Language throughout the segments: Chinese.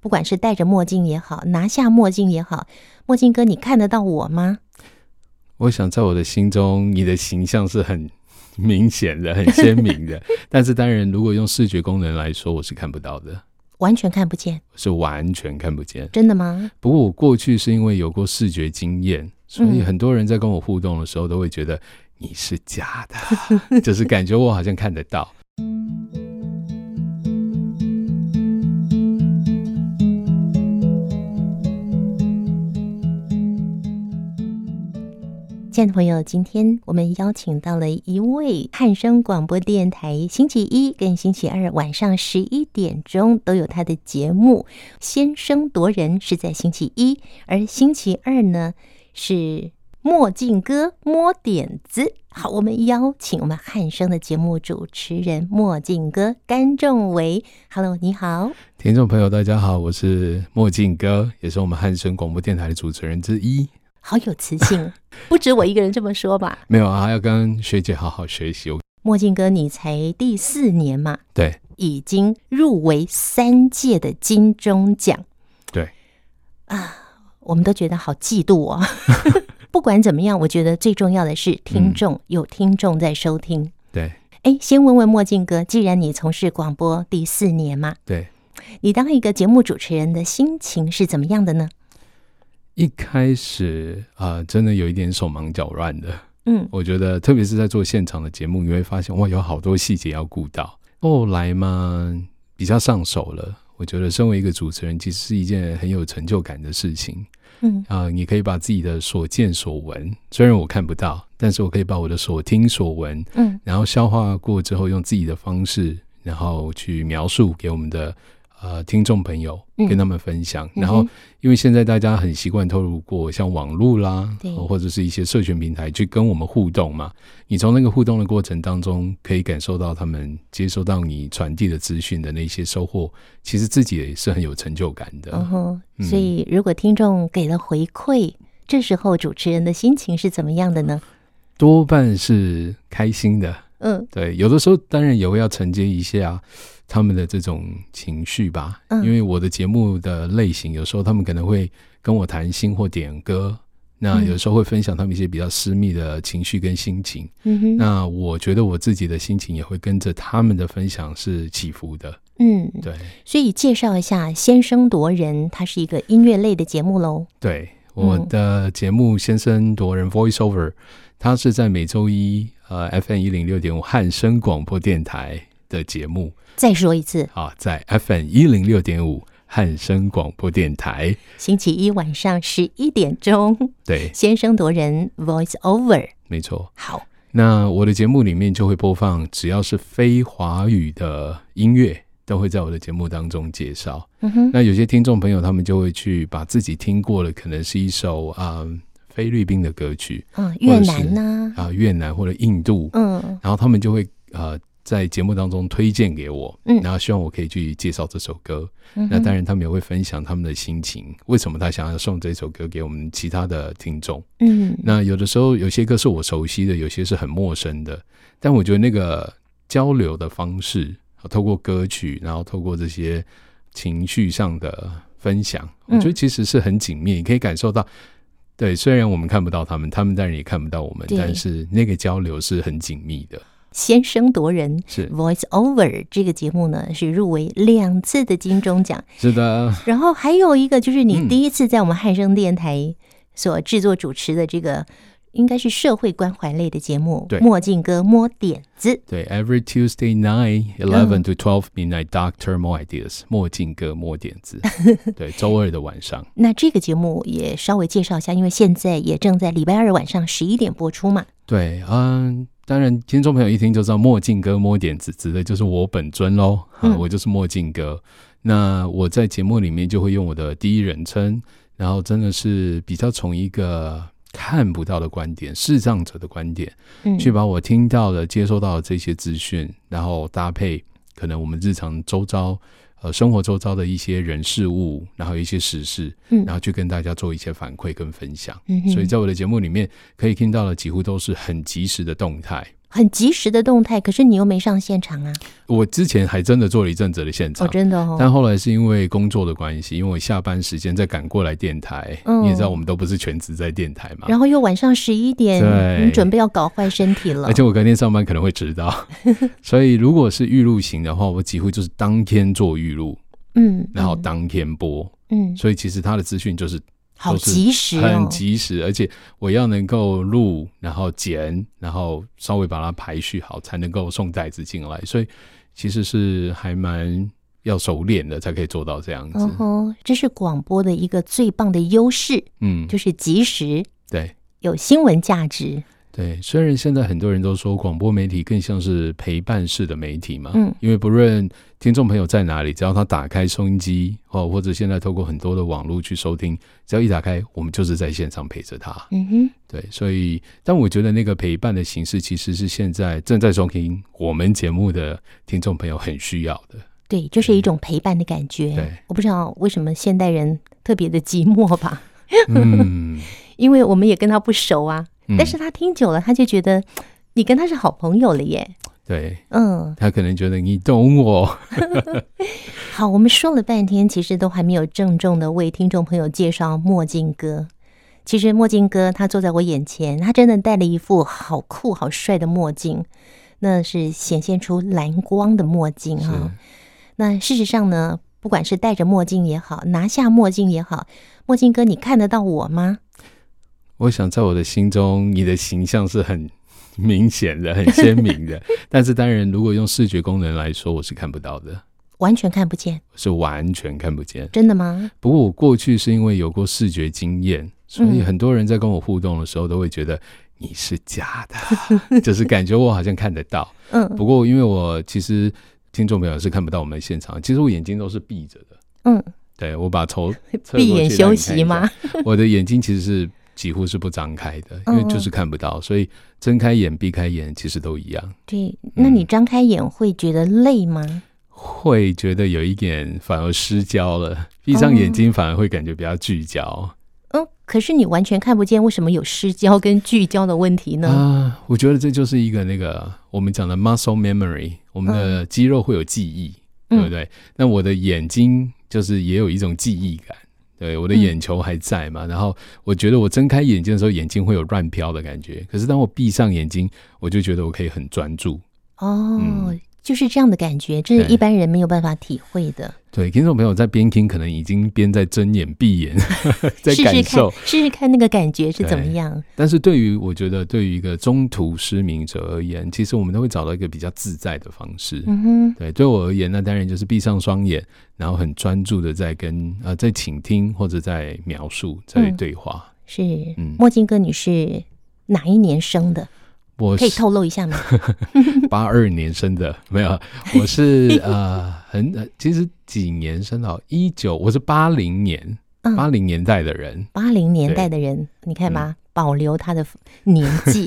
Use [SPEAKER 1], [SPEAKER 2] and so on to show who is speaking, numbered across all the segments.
[SPEAKER 1] 不管是戴着墨镜也好，拿下墨镜也好，墨镜哥，你看得到我吗？
[SPEAKER 2] 我想在我的心中，你的形象是很 明显的、很鲜明的。但是当然，如果用视觉功能来说，我是看不到的，
[SPEAKER 1] 完全看不见，
[SPEAKER 2] 是完全看不见。
[SPEAKER 1] 真的吗？
[SPEAKER 2] 不过我过去是因为有过视觉经验，所以很多人在跟我互动的时候都会觉得你是假的，就是感觉我好像看得到。
[SPEAKER 1] 亲爱的朋友，今天我们邀请到了一位汉声广播电台星期一跟星期二晚上十一点钟都有他的节目，《先声夺人》是在星期一，而星期二呢是墨镜哥摸点子。好，我们邀请我们汉声的节目主持人墨镜哥甘仲维。Hello，你好，
[SPEAKER 2] 听众朋友，大家好，我是墨镜哥，也是我们汉声广播电台的主持人之一。
[SPEAKER 1] 好有磁性，不止我一个人这么说吧。
[SPEAKER 2] 没有啊，要跟学姐好好学习。
[SPEAKER 1] 墨镜哥，你才第四年嘛，
[SPEAKER 2] 对
[SPEAKER 1] 已经入围三届的金钟奖，
[SPEAKER 2] 对，
[SPEAKER 1] 我们都觉得好嫉妒 哦。不管怎么样，我觉得最重要的是听众、有听众在收听。
[SPEAKER 2] 对
[SPEAKER 1] 哎，先问问墨镜哥，既然你从事广播第四年嘛，
[SPEAKER 2] 对，
[SPEAKER 1] 你当一个节目主持人的心情是怎么样的呢？
[SPEAKER 2] 一开始啊、呃真的有一点手忙脚乱的。
[SPEAKER 1] 嗯，
[SPEAKER 2] 我觉得，特别是在做现场的节目，你会发现哇，有好多细节要顾到。后来嘛，比较上手了。我觉得，身为一个主持人，其实是一件很有成就感的事情。
[SPEAKER 1] 嗯
[SPEAKER 2] 啊、你可以把自己的所见所闻，虽然我看不到，但是我可以把我的所听所闻，
[SPEAKER 1] 嗯，
[SPEAKER 2] 然后消化过之后，用自己的方式，然后去描述给我们的呃听众朋友，
[SPEAKER 1] 嗯
[SPEAKER 2] 跟他们分享。
[SPEAKER 1] 哼
[SPEAKER 2] 然后，因为现在大家很习惯透过像网络啦
[SPEAKER 1] 对，
[SPEAKER 2] 呃或者是一些社群平台去跟我们互动嘛，你从那个互动的过程当中，可以感受到他们接收到你传递的资讯的那些收获，其实自己也是很有成就感的。
[SPEAKER 1] 然后，
[SPEAKER 2] 嗯
[SPEAKER 1] 哦所以如果听众给了回馈，这时候主持人的心情是怎么样的呢？
[SPEAKER 2] 多半是开心的。
[SPEAKER 1] 嗯
[SPEAKER 2] 对，有的时候当然也会要承接一下他们的这种情绪吧，
[SPEAKER 1] 嗯
[SPEAKER 2] 因为我的节目的类型，有时候他们可能会跟我谈心或点歌，那
[SPEAKER 1] 嗯
[SPEAKER 2] 有时候会分享他们一些比较私密的情绪跟心情。
[SPEAKER 1] 嗯哼，
[SPEAKER 2] 那我觉得我自己的心情也会跟着他们的分享是起伏的。
[SPEAKER 1] 嗯，
[SPEAKER 2] 对，
[SPEAKER 1] 所以介绍一下《先声夺人》，它是一个音乐类的节目喽。
[SPEAKER 2] 对，我的节目《先生夺人 Voiceover》，它是在每周一呃 FM 一零六点五汉声广播电台的节目。
[SPEAKER 1] 再说一次，
[SPEAKER 2] 啊，在 FM 一零六点五汉声广播电台。
[SPEAKER 1] 星期一晚上十一点钟，《
[SPEAKER 2] 对，
[SPEAKER 1] 先声夺人》Voice Over。
[SPEAKER 2] 没错。
[SPEAKER 1] 好，
[SPEAKER 2] 那我的节目里面就会播放，只要是非华语的音乐，都会在我的节目当中介绍。
[SPEAKER 1] 嗯哼，
[SPEAKER 2] 那有些听众朋友他们就会去把自己听过的，可能是一首啊、嗯菲律宾的歌曲
[SPEAKER 1] 嗯，越
[SPEAKER 2] 或者是
[SPEAKER 1] 南呐、
[SPEAKER 2] 啊、越南或者印度，
[SPEAKER 1] 嗯
[SPEAKER 2] 然后他们就会呃在节目当中推荐给我，
[SPEAKER 1] 嗯
[SPEAKER 2] 然后希望我可以去介绍这首歌。
[SPEAKER 1] 嗯哼，
[SPEAKER 2] 那当然，他们也会分享他们的心情，为什么他想要送这首歌给我们其他的听众。
[SPEAKER 1] 嗯，
[SPEAKER 2] 那有的时候，有些歌是我熟悉的，有些是很陌生的。但我觉得那个交流的方式，透过歌曲，然后透过这些情绪上的分享，
[SPEAKER 1] 嗯
[SPEAKER 2] 我觉得其实是很紧密，你可以感受到。对，虽然我们看不到他们，他们当然也看不到我们，
[SPEAKER 1] 对
[SPEAKER 2] 但是那个交流是很紧密的。
[SPEAKER 1] 先声夺人
[SPEAKER 2] 是
[SPEAKER 1] Voice Over 这个节目呢是入围两次的金钟奖，
[SPEAKER 2] 是的，
[SPEAKER 1] 然后还有一个就是你
[SPEAKER 2] 嗯
[SPEAKER 1] 第一次在我们汉声电台所制作主持的这个。应该是社会关怀类的节目，
[SPEAKER 2] 对
[SPEAKER 1] 墨镜哥摸点子，
[SPEAKER 2] 对，Every Tuesday night, eleven to twelve midnight, Doctor More Ideas，墨镜哥摸点子。对，周二的晚上，
[SPEAKER 1] 那这个节目也稍微介绍一下，因为现在也正在礼拜二晚上十一点播出嘛。
[SPEAKER 2] 对，嗯，当然，听众朋友一听就知道，墨镜哥摸点子指的就是我本尊喽。啊，
[SPEAKER 1] 嗯
[SPEAKER 2] 我就是墨镜哥。那我在节目里面就会用我的第一人称，然后真的是比较从一个看不到的观点，视障者的观点。
[SPEAKER 1] 嗯，
[SPEAKER 2] 去把我听到的、接收到的这些资讯，然后搭配可能我们日常周遭、呃生活周遭的一些人事物，然后一些时事，
[SPEAKER 1] 嗯
[SPEAKER 2] 然后去跟大家做一些反馈跟分享。
[SPEAKER 1] 嗯哼
[SPEAKER 2] 所以在我的节目里面，可以听到的几乎都是很及时的动态。
[SPEAKER 1] 很及时的动态，可是你又没上现场啊！
[SPEAKER 2] 我之前还真的做了一阵子的现场，
[SPEAKER 1] 哦，真的哦，
[SPEAKER 2] 但后来是因为工作的关系，因为我下班时间再赶过来电台，
[SPEAKER 1] 嗯
[SPEAKER 2] 你也知道我们都不是全职在电台嘛。
[SPEAKER 1] 然后又晚上十一点，
[SPEAKER 2] 对
[SPEAKER 1] 你准备要搞坏身体了
[SPEAKER 2] 而，且我隔天上班可能会 迟到，所以如果是预录型的话，我几乎就是当天做预录，
[SPEAKER 1] 嗯，
[SPEAKER 2] 然后
[SPEAKER 1] 嗯
[SPEAKER 2] 当天播，
[SPEAKER 1] 嗯，
[SPEAKER 2] 所以其实它的资讯就是
[SPEAKER 1] 好
[SPEAKER 2] 都是
[SPEAKER 1] 及时哦
[SPEAKER 2] 很，及时，而且我要能够录，然后剪，然后稍微把它排序好，才能够送袋子进来。所以其实是还蛮要熟练的，才可以做到这样子。
[SPEAKER 1] 嗯哼，这是广播的一个最棒的优势，
[SPEAKER 2] 嗯，
[SPEAKER 1] 就是及时
[SPEAKER 2] 对
[SPEAKER 1] 有新闻价值，
[SPEAKER 2] 对。虽然现在很多人都说广播媒体更像是陪伴式的媒体嘛，
[SPEAKER 1] 嗯
[SPEAKER 2] 因为不论听众朋友在哪里，只要他打开收音机哦，或者现在透过很多的网络去收听，只要一打开，我们就是在现场陪着他。
[SPEAKER 1] 嗯哼，
[SPEAKER 2] 对，所以，但我觉得那个陪伴的形式，其实是现在正在收听我们节目的听众朋友很需要的。
[SPEAKER 1] 对，就是一种陪伴的感觉。
[SPEAKER 2] 嗯对
[SPEAKER 1] 我不知道为什么现代人特别的寂寞吧，
[SPEAKER 2] 嗯，
[SPEAKER 1] 因为我们也跟他不熟啊，
[SPEAKER 2] 嗯
[SPEAKER 1] 但是他听久了，他就觉得你跟他是好朋友了耶。
[SPEAKER 2] 对
[SPEAKER 1] 嗯，
[SPEAKER 2] 他可能觉得你懂我，
[SPEAKER 1] 好，我们说了半天，其实都还没有郑重的为听众朋友介绍墨镜哥。其实墨镜哥他坐在我眼前，他真的戴了一副好酷好帅的墨镜，那是显现出蓝光的墨镜
[SPEAKER 2] 是
[SPEAKER 1] 啊、那事实上呢，不管是戴着墨镜也好，拿下墨镜也好，墨镜哥，你看得到我吗？
[SPEAKER 2] 我想在我的心中，你的形象是很明显的、很鲜明的。 但是当然，如果用视觉功能来说，我是看不到的，
[SPEAKER 1] 完全看不见，
[SPEAKER 2] 我是完全看不见。
[SPEAKER 1] 真的吗？
[SPEAKER 2] 不过我过去是因为有过视觉经验，所以
[SPEAKER 1] 嗯
[SPEAKER 2] 很多人在跟我互动的时候都会觉得你是假的，就是感觉我好像看得到。
[SPEAKER 1] 嗯
[SPEAKER 2] 不过因为我其实听众朋友是看不到我们的现场，其实我眼睛都是闭着的。
[SPEAKER 1] 嗯，
[SPEAKER 2] 对我把头侧
[SPEAKER 1] 哎
[SPEAKER 2] 过去
[SPEAKER 1] 闭眼休息？
[SPEAKER 2] 让你
[SPEAKER 1] 吗？
[SPEAKER 2] 看一下我的眼睛其实是几乎是不张开的，
[SPEAKER 1] 嗯
[SPEAKER 2] 因为就是看不到，所以睁开眼、闭开眼其实都一样，
[SPEAKER 1] 对，那
[SPEAKER 2] 嗯
[SPEAKER 1] 你张开眼会觉得累吗？
[SPEAKER 2] 会觉得有一点反而失焦
[SPEAKER 1] 哦
[SPEAKER 2] 了。闭上眼睛反而会感觉比较聚焦。
[SPEAKER 1] 嗯，可是你完全看不见，为什么有失焦跟聚焦的问题呢？
[SPEAKER 2] 啊，我觉得这就是一个那个我们讲的 muscle memory，我们的肌肉会有记忆，
[SPEAKER 1] 嗯
[SPEAKER 2] 对不对？那我的眼睛就是也有一种记忆感，对，我的
[SPEAKER 1] 嗯
[SPEAKER 2] 眼球还在嘛。然后我觉得我睁开眼睛的时候，眼睛会有乱飘的感觉，可是当我闭上眼睛，我就觉得我可以很专注。
[SPEAKER 1] 哦，
[SPEAKER 2] 嗯
[SPEAKER 1] 就是这样的感觉，这是
[SPEAKER 2] 对
[SPEAKER 1] 一般人没有办法体会的。
[SPEAKER 2] 对，听众朋友在边听，可能已经边在睁眼闭眼 在
[SPEAKER 1] 试
[SPEAKER 2] 感
[SPEAKER 1] 试
[SPEAKER 2] 受
[SPEAKER 1] 看，，试试看那个感觉是怎么
[SPEAKER 2] 对
[SPEAKER 1] 样。
[SPEAKER 2] 但是对于我觉得对于一个中途失明者而言，其实我们都会找到一个比较自在的方式。
[SPEAKER 1] 嗯哼，
[SPEAKER 2] 对，对我而言，那当然就是闭上双眼，然后很专注的在跟呃在倾听或者在描述，在对话。
[SPEAKER 1] 是
[SPEAKER 2] 嗯
[SPEAKER 1] 墨镜哥，你是哪一年生的？
[SPEAKER 2] 我
[SPEAKER 1] 可以
[SPEAKER 2] 是
[SPEAKER 1] 透露一 下吗？
[SPEAKER 2] 八二年生的， 没有，我是呃很呃其实几年生的哦，一九我是八零年
[SPEAKER 1] 嗯
[SPEAKER 2] 八零年代的人，
[SPEAKER 1] 八零年代的人，你看
[SPEAKER 2] 嗯
[SPEAKER 1] 吧，保留他的年 纪，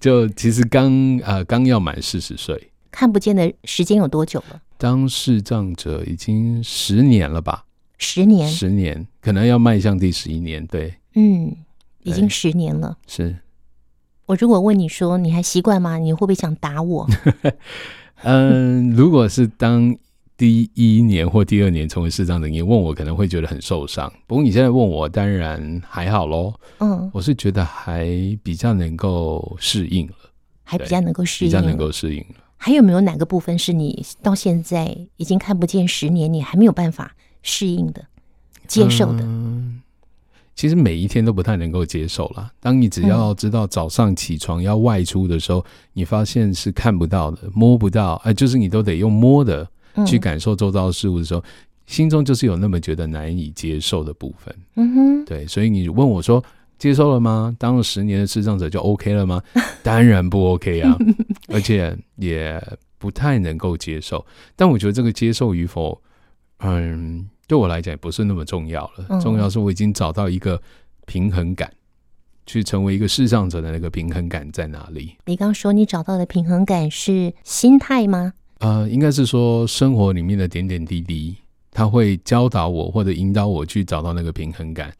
[SPEAKER 2] 就其实刚呃刚要满四十岁，
[SPEAKER 1] 看不见的时间有多久了？
[SPEAKER 2] 当视障者已经十年了吧，
[SPEAKER 1] 十年，
[SPEAKER 2] 十年，可能要迈向第十一年，对，
[SPEAKER 1] 嗯，已
[SPEAKER 2] 对
[SPEAKER 1] 经十年了。
[SPEAKER 2] 是。
[SPEAKER 1] 我如果问你说你还习惯吗？你会不会想打 我？
[SPEAKER 2] 嗯，如果是当第一年或第二年成为视障者，你问我可能会觉得很受伤。不过你现在问我，当然还好喽。
[SPEAKER 1] 嗯，
[SPEAKER 2] 我是觉得还比较能够适应了，
[SPEAKER 1] 还比较能够适
[SPEAKER 2] 比
[SPEAKER 1] 应。
[SPEAKER 2] 较能够适应了。
[SPEAKER 1] 还有没有哪个部分是你到现在已经看不见十年，你还没有办法适应的、接受的？
[SPEAKER 2] 嗯其实每一天都不太能够接受啦。当你只
[SPEAKER 1] 嗯
[SPEAKER 2] 要知道早上起床要外出的时候，你发现是看不到的、摸不到，哎、就是你都得用摸的
[SPEAKER 1] 嗯
[SPEAKER 2] 去感受周遭的事物的时候，心中就是有那么觉得难以接受的部分。
[SPEAKER 1] 嗯哼，
[SPEAKER 2] 对，所以你问我说接受了吗？当了十年的视障者就 OK 了吗？ 当然不 OK 啊，而且也不太能够接受。但我觉得这个接受与否，嗯，对我来讲也不是那么重要
[SPEAKER 1] 嗯
[SPEAKER 2] 了。重要是我已经找到一个平衡感，去成为一个视障者的那个平衡感在哪里？
[SPEAKER 1] 你刚说你找到的平衡感是心态吗？
[SPEAKER 2] 呃，应该是说生活里面的点点滴滴，他会教导我或者引导我去找到那个平衡感。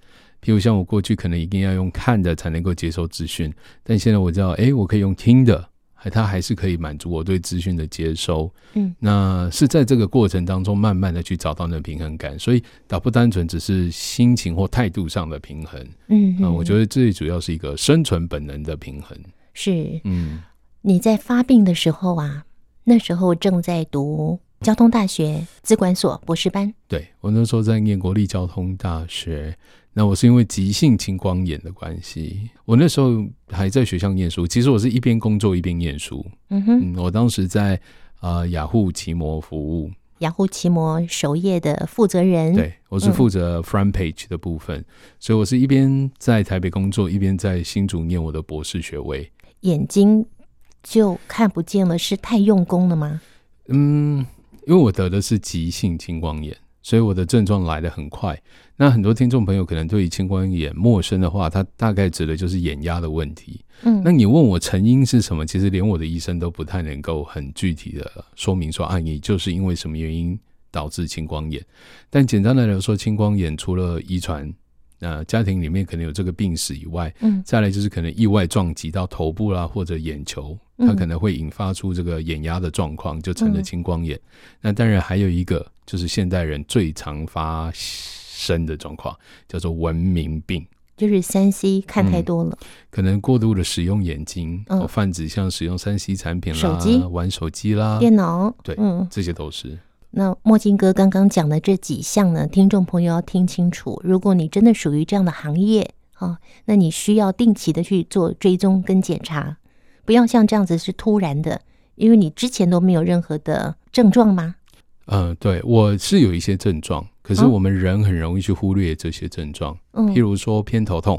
[SPEAKER 2] 譬如像我过去可能一定要用看的才能够接收资讯，但现在我知道，诶，我可以用听的，还它还是可以满足我对资讯的接收。
[SPEAKER 1] 嗯，
[SPEAKER 2] 那是在这个过程当中，慢慢的去找到那个平衡感，所以倒不单纯只是心情或态度上的平衡。
[SPEAKER 1] 嗯
[SPEAKER 2] 嗯、我觉
[SPEAKER 1] 得
[SPEAKER 2] 得最主要是一个生存本能的平衡。
[SPEAKER 1] 是
[SPEAKER 2] 嗯，
[SPEAKER 1] 你在发病的时候啊，那时候正在读交通大学资管所博士班，
[SPEAKER 2] 对我那时候在念国立交通大学，那我是因为急性青光眼的关系，我那时候还在学校念书。其实我是一边工作一边念书。
[SPEAKER 1] 嗯哼，
[SPEAKER 2] 嗯，我当时在呃雅虎奇摩服务，
[SPEAKER 1] 雅虎奇摩首页的负责人，，
[SPEAKER 2] 对我是
[SPEAKER 1] 嗯
[SPEAKER 2] 负责 front page 的部分，所以我是一边在台北工作，一边在新竹念我的博士学位。
[SPEAKER 1] 眼睛就看不见了，是太用功了吗？
[SPEAKER 2] 嗯，因为我得的是急性青光眼，所以我的症状来得很快。那很多听众朋友可能对于青光眼陌生的话，它大概指的就是眼压的问题。
[SPEAKER 1] 嗯
[SPEAKER 2] 那你问我成因是什么，其实连我的医生都不太能够很具体的说明说啊，你就是因为什么原因导致青光眼。但简单的来说，青光眼除了遗传，呃，家庭里面可能有这个病史以外，
[SPEAKER 1] 嗯
[SPEAKER 2] 再来就是可能意外撞击到头部啦、或者眼球，它
[SPEAKER 1] 嗯
[SPEAKER 2] 可能会引发出这个眼压的状况，就成了
[SPEAKER 1] 嗯
[SPEAKER 2] 青光眼。那当然还有一个就是现代人最常发生的状况，叫做文明病。
[SPEAKER 1] 就是三 C 看太多了，
[SPEAKER 2] 可能过度的使用眼睛，
[SPEAKER 1] 嗯
[SPEAKER 2] 哦，泛指像使用三 C 产品啦、
[SPEAKER 1] 手机
[SPEAKER 2] 玩手机啦，
[SPEAKER 1] 电脑，
[SPEAKER 2] 对
[SPEAKER 1] 嗯，
[SPEAKER 2] 这些都是。
[SPEAKER 1] 那墨镜哥刚刚讲的这几项呢，听众朋友要听清楚。如果你真的属于这样的行业啊、哦，那你需要定期的去做追踪跟检查，不要像这样子是突然的，因为你之前都没有任何的症状吗？
[SPEAKER 2] 嗯、对我是有一些症状，可是
[SPEAKER 1] 嗯
[SPEAKER 2] 我们人很容易去忽略这些症状，
[SPEAKER 1] 嗯
[SPEAKER 2] 譬，如说偏头痛，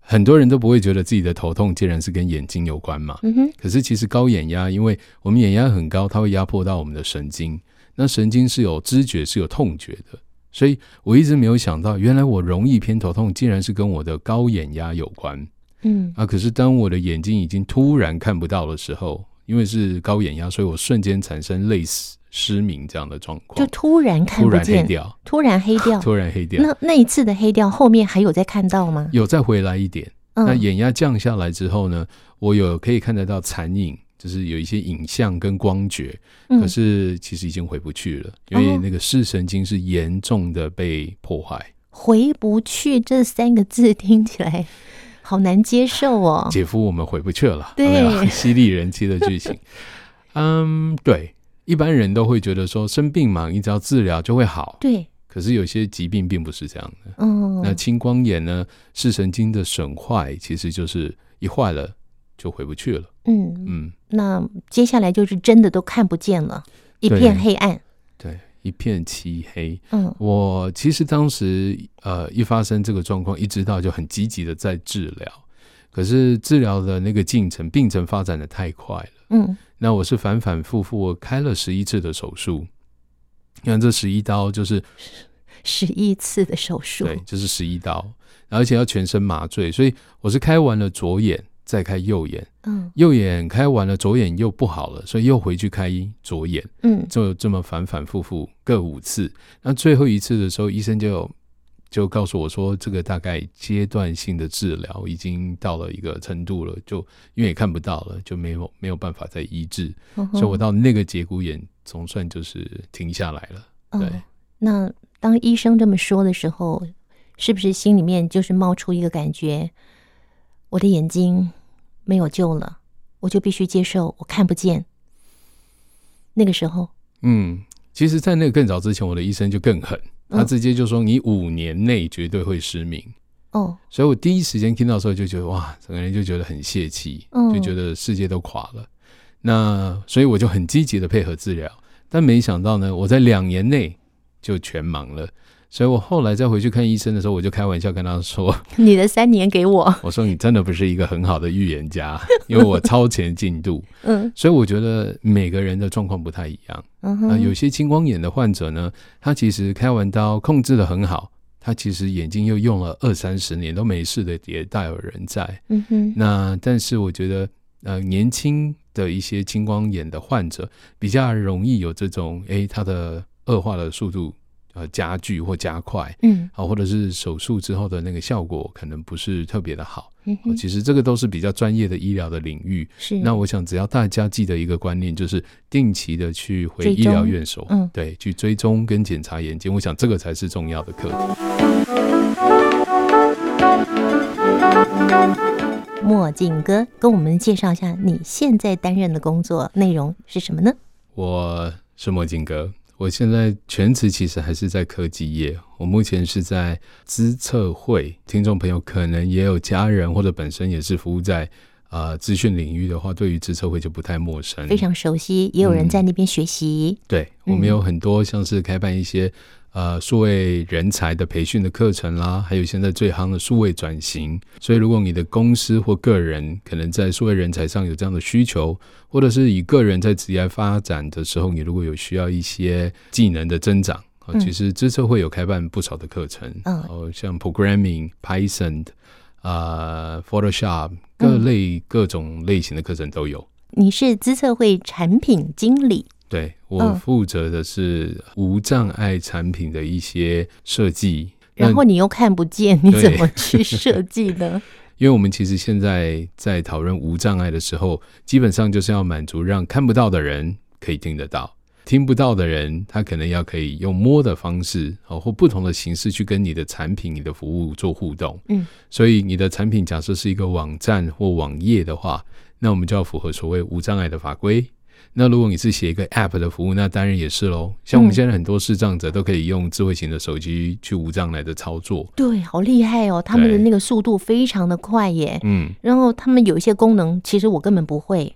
[SPEAKER 2] 很多人都不会觉得自己的头痛竟然是跟眼睛有关嘛。
[SPEAKER 1] 嗯哼，
[SPEAKER 2] 可是其实高眼压，因为我们眼压很高，它会压迫到我们的神经，那神经是有知觉、是有痛觉的，所以我一直没有想到，原来我容易偏头痛，竟然是跟我的高眼压有关。
[SPEAKER 1] 嗯
[SPEAKER 2] 啊，可是当我的眼睛已经突然看不到的时候，因为是高眼压，所以我瞬间产生类似失明这样的状
[SPEAKER 1] 就
[SPEAKER 2] 况，
[SPEAKER 1] 突然看
[SPEAKER 2] 突
[SPEAKER 1] 不
[SPEAKER 2] 然黑
[SPEAKER 1] 见，
[SPEAKER 2] 掉，
[SPEAKER 1] 哦突然黑掉。
[SPEAKER 2] 突然黑掉，
[SPEAKER 1] 那那一次的黑掉后面还有再看到吗？
[SPEAKER 2] 有再回来一点。那
[SPEAKER 1] 嗯
[SPEAKER 2] 眼压降下来之后呢，我有可以看得到残影，就是有一些影像跟光觉，可
[SPEAKER 1] 嗯，
[SPEAKER 2] 是其实已经回不去了，因为
[SPEAKER 1] 哦
[SPEAKER 2] 那个视神经是严重的被破坏。
[SPEAKER 1] 回不去这三个字听起来好难接受哦。
[SPEAKER 2] 姐夫，我们回不去了，
[SPEAKER 1] 对
[SPEAKER 2] 没有 犀利人妻的 剧情。嗯，对，一般人都会觉得说生病嘛，你只要治疗就会好。
[SPEAKER 1] 对，
[SPEAKER 2] 可是有些疾病并不是这样的。
[SPEAKER 1] 嗯，
[SPEAKER 2] 那青光眼呢，视神经的损坏，其实就是一坏了就回不去了。
[SPEAKER 1] 嗯，
[SPEAKER 2] 嗯，
[SPEAKER 1] 那接下来就是真的都看不见了，一
[SPEAKER 2] 对
[SPEAKER 1] 片黑暗。
[SPEAKER 2] 对，一片漆黑。
[SPEAKER 1] 嗯
[SPEAKER 2] 我其实当时呃一发生这个状况，一知道就很积极的在治疗，可是治疗的那个进程，病程发展的太快了。
[SPEAKER 1] 嗯
[SPEAKER 2] 那我是反反复复，我开了十一次的手术。你看这十一刀就是
[SPEAKER 1] 十一次的手术，
[SPEAKER 2] 对，就是十一刀，而且要全身麻醉，所以我是开完了左眼，再开右眼，
[SPEAKER 1] 嗯
[SPEAKER 2] 右眼开完了，左眼又不好了，所以又回去开左眼，
[SPEAKER 1] 嗯
[SPEAKER 2] 就这么反反复复各五次。那最后一次的时候，医生就就告诉我说，这个大概阶段性的治疗已经到了一个程度了，就因为也看不到了，就没有没有办法再医治。
[SPEAKER 1] 嗯哼，
[SPEAKER 2] 所以我到那个节骨眼，总算就是停下来了。对
[SPEAKER 1] 嗯。那当医生这么说的时候，是不是心里面就是冒出一个感觉，我的眼睛没有救了，我就必须接受我看不见。那个时候，
[SPEAKER 2] 嗯，其实，在那个更早之前，我的医生就更狠，他
[SPEAKER 1] 嗯
[SPEAKER 2] 直接就说你五年内绝对会失明。
[SPEAKER 1] 哦，
[SPEAKER 2] 所以我第一时间听到的时候就觉得哇，整个人就觉得很泄气，
[SPEAKER 1] 嗯
[SPEAKER 2] 就觉得世界都垮了。那所以我就很积极的配合治疗，但没想到呢，我在两年内就全盲了。所以我后来再回去看医生的时候，我就开玩笑跟他说
[SPEAKER 1] 你的三年给我，：“
[SPEAKER 2] 我说你真的不是一个很好的预言家，因为我超前进度。
[SPEAKER 1] 嗯
[SPEAKER 2] 所以我觉得每个人的状况不太一样。
[SPEAKER 1] 嗯
[SPEAKER 2] 那、
[SPEAKER 1] 哼，
[SPEAKER 2] 有些青光眼的患者呢，他其实开完刀控制的很好，他其实眼睛又用了二三十年都没事的，也大有人在。
[SPEAKER 1] 嗯哼，
[SPEAKER 2] 那但是我觉得，呃，年轻的一些青光眼的患者比较容易有这种，诶，他的恶化的速度呃加剧或加快，
[SPEAKER 1] 嗯
[SPEAKER 2] 啊，或者是手术之后的那个效果可能不是特别的好。
[SPEAKER 1] 嗯
[SPEAKER 2] 哦
[SPEAKER 1] 哼，
[SPEAKER 2] 其实这个都是比较专业的医疗的领域。
[SPEAKER 1] 是
[SPEAKER 2] 那我想，只要大家记得一个观念，就是定期的去回
[SPEAKER 1] 追
[SPEAKER 2] 医
[SPEAKER 1] 踪
[SPEAKER 2] 疗院所，
[SPEAKER 1] 嗯
[SPEAKER 2] 对，去追踪跟检查眼睛，我想这个才是重要的课题。
[SPEAKER 1] 墨镜哥跟我们介绍一下你现在担任的工作内容是什么呢？
[SPEAKER 2] 我是墨镜哥，我现在全职其实还是在科技业，我目前是在资策会。听众朋友可能也有家人或者本身也是服务在呃资讯领域的话，对于资策会就不太陌生。
[SPEAKER 1] 非常熟悉，也有人在那边学习。
[SPEAKER 2] 对，我
[SPEAKER 1] 嗯
[SPEAKER 2] 们有很多像是开办一些、呃数位人才的培训的课程啦，还有现在最夯的数位转型。所以，如果你的公司或个人可能在数位人才上有这样的需求，或者是以个人在职业发展的时候，你如果有需要一些技能的增长。哦
[SPEAKER 1] 嗯
[SPEAKER 2] 其实资策会有开办不少的课程，
[SPEAKER 1] 嗯
[SPEAKER 2] 哦，像 programming、Python、呃 Photoshop 各
[SPEAKER 1] 嗯
[SPEAKER 2] 类各种类型的课程都有。
[SPEAKER 1] 你是资策会产品经理，
[SPEAKER 2] 对我
[SPEAKER 1] 嗯
[SPEAKER 2] 负责的是无障碍产品的一些设计。那
[SPEAKER 1] 然后你又看不见，你
[SPEAKER 2] 对
[SPEAKER 1] 怎么去设计呢？
[SPEAKER 2] 因为我们其实现在在讨论无障碍的时候，基本上就是要满足让看不到的人可以听得到，听不到的人他可能要可以用摸的方式哦，或不同的形式去跟你的产品、你的服务做互动。
[SPEAKER 1] 嗯，
[SPEAKER 2] 所以你的产品假设是一个网站或网页的话，那我们就要符合所谓无障碍的法规。那如果你是写一个 App 的服务，那当然也是喽。像我们
[SPEAKER 1] 嗯
[SPEAKER 2] 现在很多视障者都可以用智慧型的手机去无障碍的操作。
[SPEAKER 1] 对，好厉害哦，他们的
[SPEAKER 2] 对
[SPEAKER 1] 那个速度非常的快耶。
[SPEAKER 2] 嗯，
[SPEAKER 1] 然后他们有一些功能，其实我根本不会。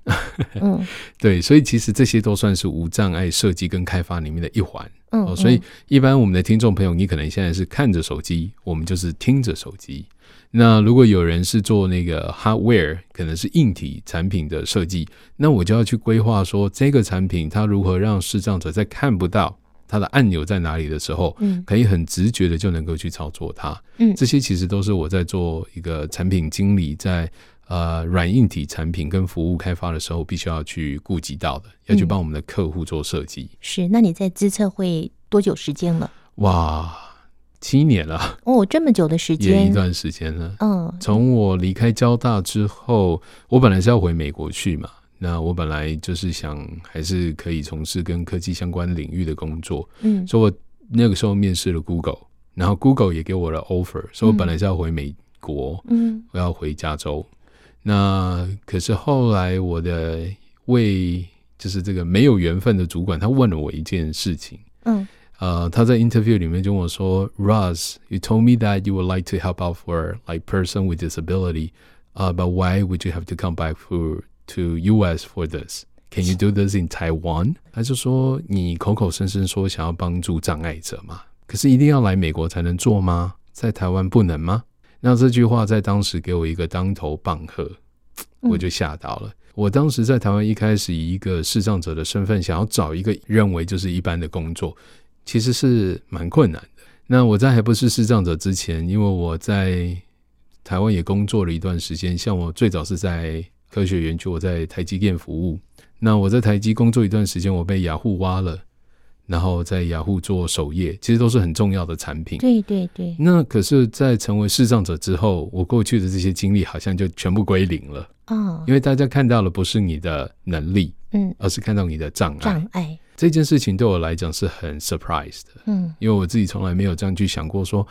[SPEAKER 1] 嗯
[SPEAKER 2] 对，所以其实这些都算是无障碍设计跟开发里面的一环
[SPEAKER 1] 嗯、
[SPEAKER 2] 哦。所以
[SPEAKER 1] 嗯
[SPEAKER 2] 一般我们的听众朋友，你可能现在是看着手机，我们就是听着手机。那如果有人是做那个 hardware，可能是硬体产品的设计，那我就要去规划说这个产品它如何让视障者在看不到它的按钮在哪里的时候，
[SPEAKER 1] 嗯
[SPEAKER 2] 可以很直觉的就能够去操作它。
[SPEAKER 1] 嗯
[SPEAKER 2] 这些其实都是我在做一个产品经理在呃软硬体产品跟服务开发的时候必须要去顾及到的，要去
[SPEAKER 1] 嗯
[SPEAKER 2] 帮我们的客户做设计。
[SPEAKER 1] 是，那你在资策会多久时间了？
[SPEAKER 2] 哇，七年了，
[SPEAKER 1] 哦，这么久的时
[SPEAKER 2] 也一
[SPEAKER 1] 间，
[SPEAKER 2] 段时间了。
[SPEAKER 1] 嗯
[SPEAKER 2] 从我离开交大之后，我本来是要回美国去嘛。那我本来就是想，还是可以从事跟科技相关领域的工作。
[SPEAKER 1] 嗯
[SPEAKER 2] 所以我那个时候面试了 Google，然后 Google 也给我了 offer，所以我本来是要回美国，
[SPEAKER 1] 嗯
[SPEAKER 2] 我要回加州。那可是后来我的为就是这个没有缘分的主管，他问了我一件事情。
[SPEAKER 1] 嗯
[SPEAKER 2] 呃，Uh, 他在 interview 里面就问我说，Russ，you told me that you would like to help out for like person with disability，呃、b u t why would you have to come back for to U.S. for this？Can you do this in Taiwan？他就说你口口声声说想要帮助障碍者嘛，可是一定要来美国才能做吗？在台湾不能吗？那这句话在当时给我一个当头棒喝，我就吓到了。我当时在台湾一开始以一个视障者的身份，想要找一个认为就是一般的工作，其实是蛮困难的。那我在还不是视障者之前，因为我在台湾也工作了一段时间，像我最早是在科学园区，我在台积电服务。那我在台积工作一段时间，我被雅虎挖了，然后在雅虎做首页，其实都是很重要的产品。
[SPEAKER 1] 对对对，
[SPEAKER 2] 那可是，在成为视障者之后，我过去的这些经历好像就全部归零了，
[SPEAKER 1] 啊、
[SPEAKER 2] 因为大家看到的不是你的能力，
[SPEAKER 1] 嗯，
[SPEAKER 2] 而是看到你的障碍。
[SPEAKER 1] 障碍，
[SPEAKER 2] 这件事情对我来讲是很 surprise 的，
[SPEAKER 1] 嗯
[SPEAKER 2] 因为我自己从来没有这样去想过说，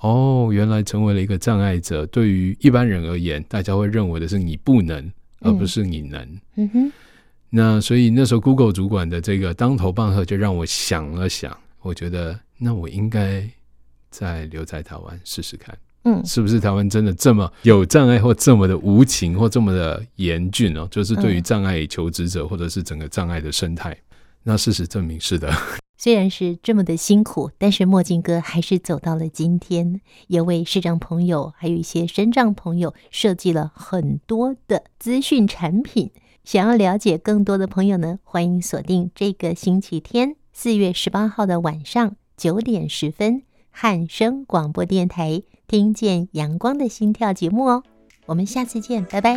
[SPEAKER 2] 哦，原来成为了一个障碍者，对于一般人而言，大家会认为的是你不能，而不是你能。
[SPEAKER 1] 嗯哼，
[SPEAKER 2] 那所以那时候 Google 主管的这个当头棒喝，就让我想了想，我觉得那我应该再留在台湾试试看。
[SPEAKER 1] 嗯
[SPEAKER 2] 是不是台湾真的这么有障碍，或这么的无情，或这么的严峻哦？就是对于
[SPEAKER 1] 嗯
[SPEAKER 2] 障碍求职者，或者是整个障碍的生态。那事实证明是的，
[SPEAKER 1] 虽然是这么的辛苦，但是墨镜哥还是走到了今天，也为视障朋友还有一些身障朋友设计了很多的资讯产品。想要了解更多的朋友呢，欢迎锁定这个星期天四月十八号的晚上九点十分，汉声广播电台听见阳光的心跳节目哦。我们下次见，拜拜。